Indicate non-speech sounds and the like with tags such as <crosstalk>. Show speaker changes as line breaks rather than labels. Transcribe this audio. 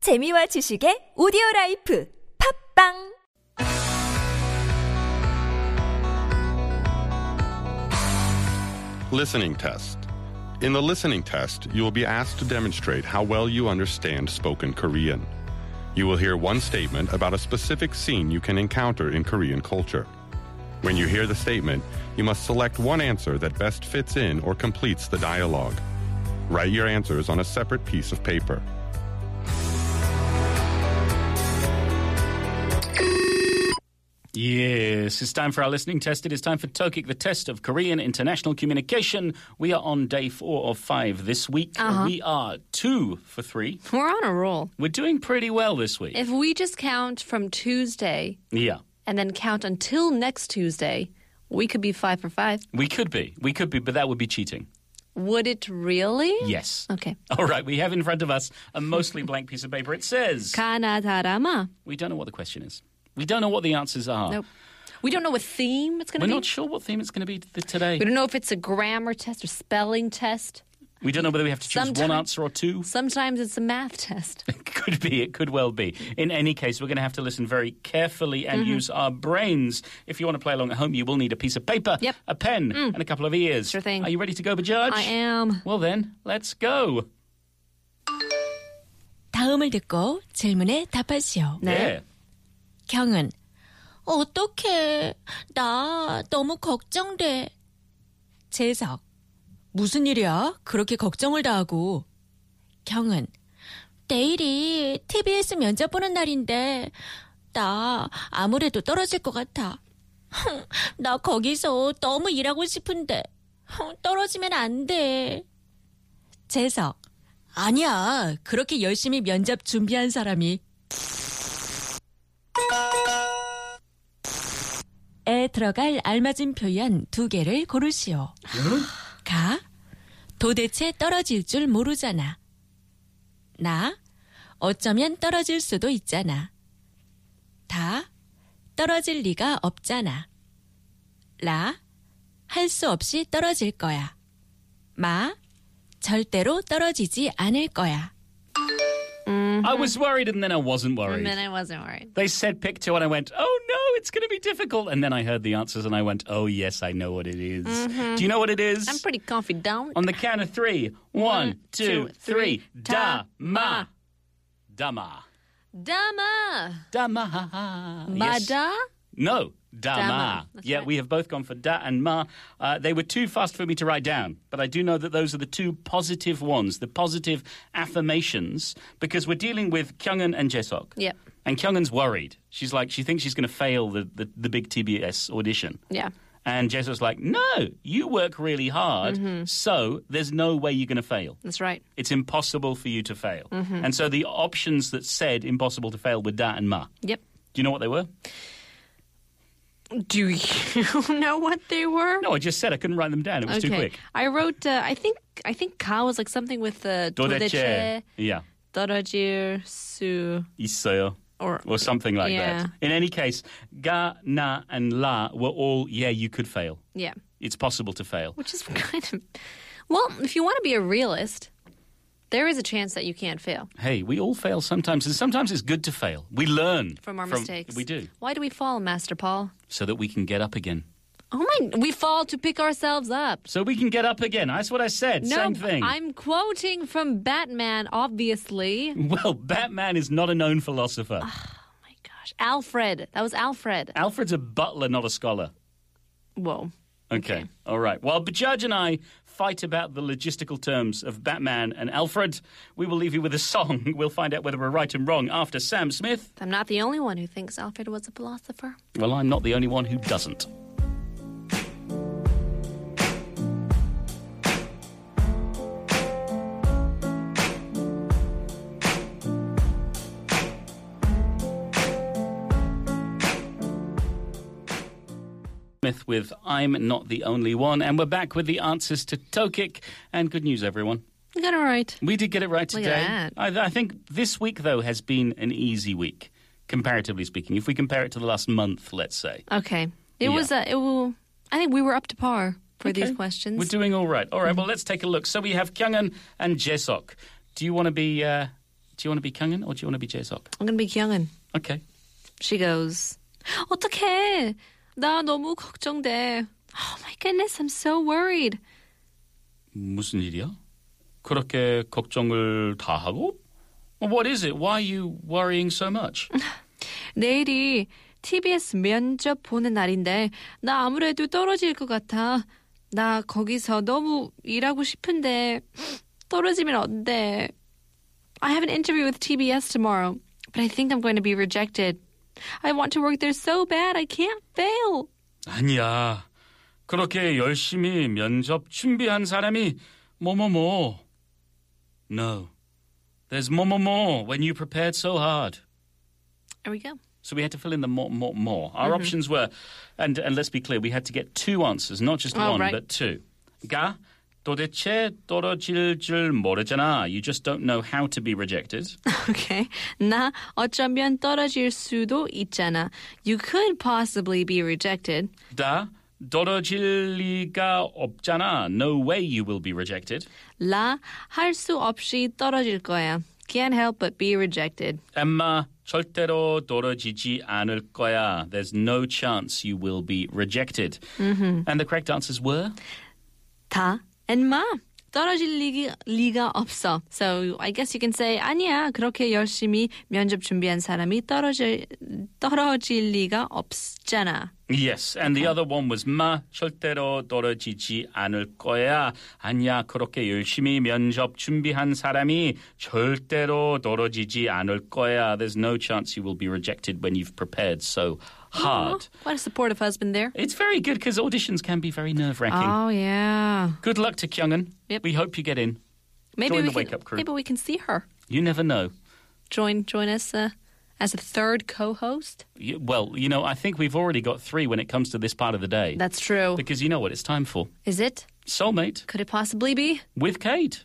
재미와 지식의 오디오 라이프 팝빵
Listening Test. In the listening test, you will be asked to demonstrate how well you understand spoken Korean. You will hear one statement about a specific scene you can encounter in Korean culture. When you hear the statement, you must select one answer that best fits in or completes the dialogue. Write your answers on a separate piece of paper.
Yes, it's time for our listening test. It is time for Tokik, the test of Korean international communication. We are on day four of five this week.
Uh-huh.
We are two for three.
We're on a roll.
We're doing pretty well this week.
If we just count from Tuesday
yeah,
and then count until next Tuesday, we could be five for five.
we could be. We could be, but that would be cheating.
Would it really?
Yes.
Okay.
All right, we have in front of us a mostly blank piece of paper. It says,
Kanadarama.
we don't know what the question is. We don't know what the answers are.
Nope. We don't know what theme it's going
We're
to be.
not sure what theme it's going to be th- today.
we don't know if it's a grammar test or spelling test.
We don't know whether we have to choose one
Sometime-
answer or two.
Sometimes it's a math test.
<laughs> Could be, it could well be. In any case, we're going to have to listen very carefully
Mm-hmm.
and use our brains. If you want to play along at home, you will need a piece of paper,
Yep. Mm.
a pen, and a couple of ears.
Sure thing.
Are you ready to go, Bajaj?
I am.
Well, then, let's go.
다음을 듣고 질문에 답하시오.
Yeah.
경은 어떡해. 나 너무 걱정돼. 재석 무슨 일이야? 그렇게 걱정을 다하고. 경은 내일이 TBS 면접 보는 날인데 나 아무래도 떨어질 것 같아. 흥, 나 거기서 너무 일하고 싶은데 흥, 떨어지면 안 돼. 재석 아니야. 그렇게 열심히 면접 준비한 사람이 에 들어갈 알맞은 표현 두 개를 고르시오. 가. 도대체 떨어질 줄 모르잖아. 나. 어쩌면 떨어질 수도 있잖아. 다. 떨어질 리가 없잖아. 라. 할 수 없이 떨어질 거야. 마. 절대로 떨어지지 않을 거야.
Mm-hmm.
I was worried and then I wasn't worried.
And then I wasn't worried.
They said pick two, and I went, oh no, it's going to be difficult. And then I heard the answers and I went, oh yes, I know what it is. Do you know what it is?
Mm-hmm. I'm pretty confident.
On the count of three. One, two, three. Da, ma. Da, ma.
Dama.
Da, ma. Yes.
Mada.
No, da,
Da,
ma.
ma. That's
Yeah,
right.
we have both gone for da and ma. Uh, they were too fast for me to write down, but I do know that those are the two positive ones, the positive affirmations, because we're dealing with Kyungun and Jesok.
Yep.
And Kyungun's worried. She's like, she thinks she's going to fail the, the, the big TBS audition.
Yeah.
And Jesok's like, no, you work really hard,
Mm-hmm.
so there's no way you're going to fail.
That's right.
It's impossible for you to fail.
Mm-hmm.
And so the options that said impossible to fail were da and ma.
Yep.
Do you know what they were?
Do <laughs> you know what they were?
No, I just said I couldn't write them down. It was too quick.
I wrote. Uh, I think. I think ka was like something with uh, the
도대체. Yeah.
dorajir su
있어요.
or
Or something like
Yeah.
that. In any case, ga, na, and la were all, yeah, you could fail.
yeah,
It's possible to fail.
which is <laughs> kind of. Well, if you want to be a realist, there is a chance that you can't fail
Hey, we all fail sometimes, and sometimes it's good to fail. We learn
from our mistakes.
We do,
Why do we fall, Master Paul?
so that we can get up again.
Oh my! We fall to pick ourselves up.
So we can get up again. That's what I said.
No,
Same thing.
I'm quoting from Batman, obviously. Oh
Well, Batman is not a known philosopher.
my gosh, Alfred. That was Alfred.
Alfred's a butler, not a scholar.
Whoa.
Okay. All right. While Bajaj and I fight about the logistical terms of Batman and Alfred, we will leave you with a song. <laughs> We'll find out whether we're right and wrong after Sam Smith.
I'm not the only one who thinks Alfred was a philosopher.
Well, I'm not the only one who doesn't. Smith with I'm Not the Only One, and we're back with the answers to Tokik. And good news, everyone.
You got it right.
We did get it right
Look
today.
at that.
I, I think this week, though, has been an easy week, comparatively speaking. If we compare it to the last month, let's say.
Okay.
Yeah.
It was a. It will. I think we were up to par for these questions. Mm-hmm.
We're doing all right. All right, well, let's take a look. So we have Kyungun and Jesok. Do you want to be uh, Do you want to be Kyungun or do you want to be Jae-suk?
I'm gonna be Kyungin.
Okay.
She goes, 어떡해. 나 너무 걱정돼. Oh my goodness, I'm so worried.
무슨 일이야? 그렇게 걱정을 다 하고? Well, What is it? Why are you worrying so much?
내일이 TBS 면접 보는 날인데 나 아무래도 떨어질 것 같아. 나 거기서 너무 일하고 싶은데 떨어지면 안 돼. I have an interview with TBS tomorrow, but I think I'm going to be rejected. I want to work there so bad I can't fail.
<laughs> 아니야. 그렇게 열심히 면접 준비한 사람이 뭐뭐뭐. No. There's 뭐뭐뭐 when you prepared so hard.
There we go. <laughs>
So we had to fill in the more, more, more. Our
Mm-hmm.
options were, and, and let's be clear, we had to get two answers, not just
Oh,
one,
right.
but two. 가 도대체 떨어질 줄 모르잖아. You just don't know how to be
<laughs>
rejected.
Okay. 나 어쩌면 떨어질 수도 있잖아. You could possibly be rejected.
다 떨어질 리가 없잖아. No way you will be rejected.
라 할 수 없이 떨어질 거야. Can't help but be rejected.
엠마 절대로 떨어지지 않을 거야. There's no chance you will be rejected.
Mm-hmm.
And the correct answers were
다 and 마 떨어질 리기, 리가 없어. So I guess you can say 아니야 그렇게 열심히 면접 준비한 사람이 떨어질 떨어질 리가 없잖아.
yes. And the other one was 마 절대로 떨어지지 않을 거야. 아니야 그렇게 열심히 면접 준비한 사람이 절대로 떨어지지 않을 거야. There's no chance you will be rejected when you've prepared so hard.
What a supportive husband there.
It's very good because auditions can be very nerve wracking.
Oh yeah.
Good luck to Kyungun.
Yep.
We hope you get in.
Maybe
Join
we
the
can
wake up crew.
maybe we can see her.
You never know.
Join join us uh, as a third co-host.
You, well, you know, I think we've already got three when it comes to this part of the day.
That's true.
because you know what it's time for.
Is it?
Soulmate
Could it possibly be?
with Kate.